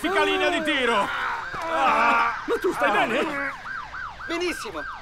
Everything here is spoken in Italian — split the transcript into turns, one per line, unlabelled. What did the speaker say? significa linea di Ah, eh, tiro? Ah,
Ma tu stai bene?
Benissimo,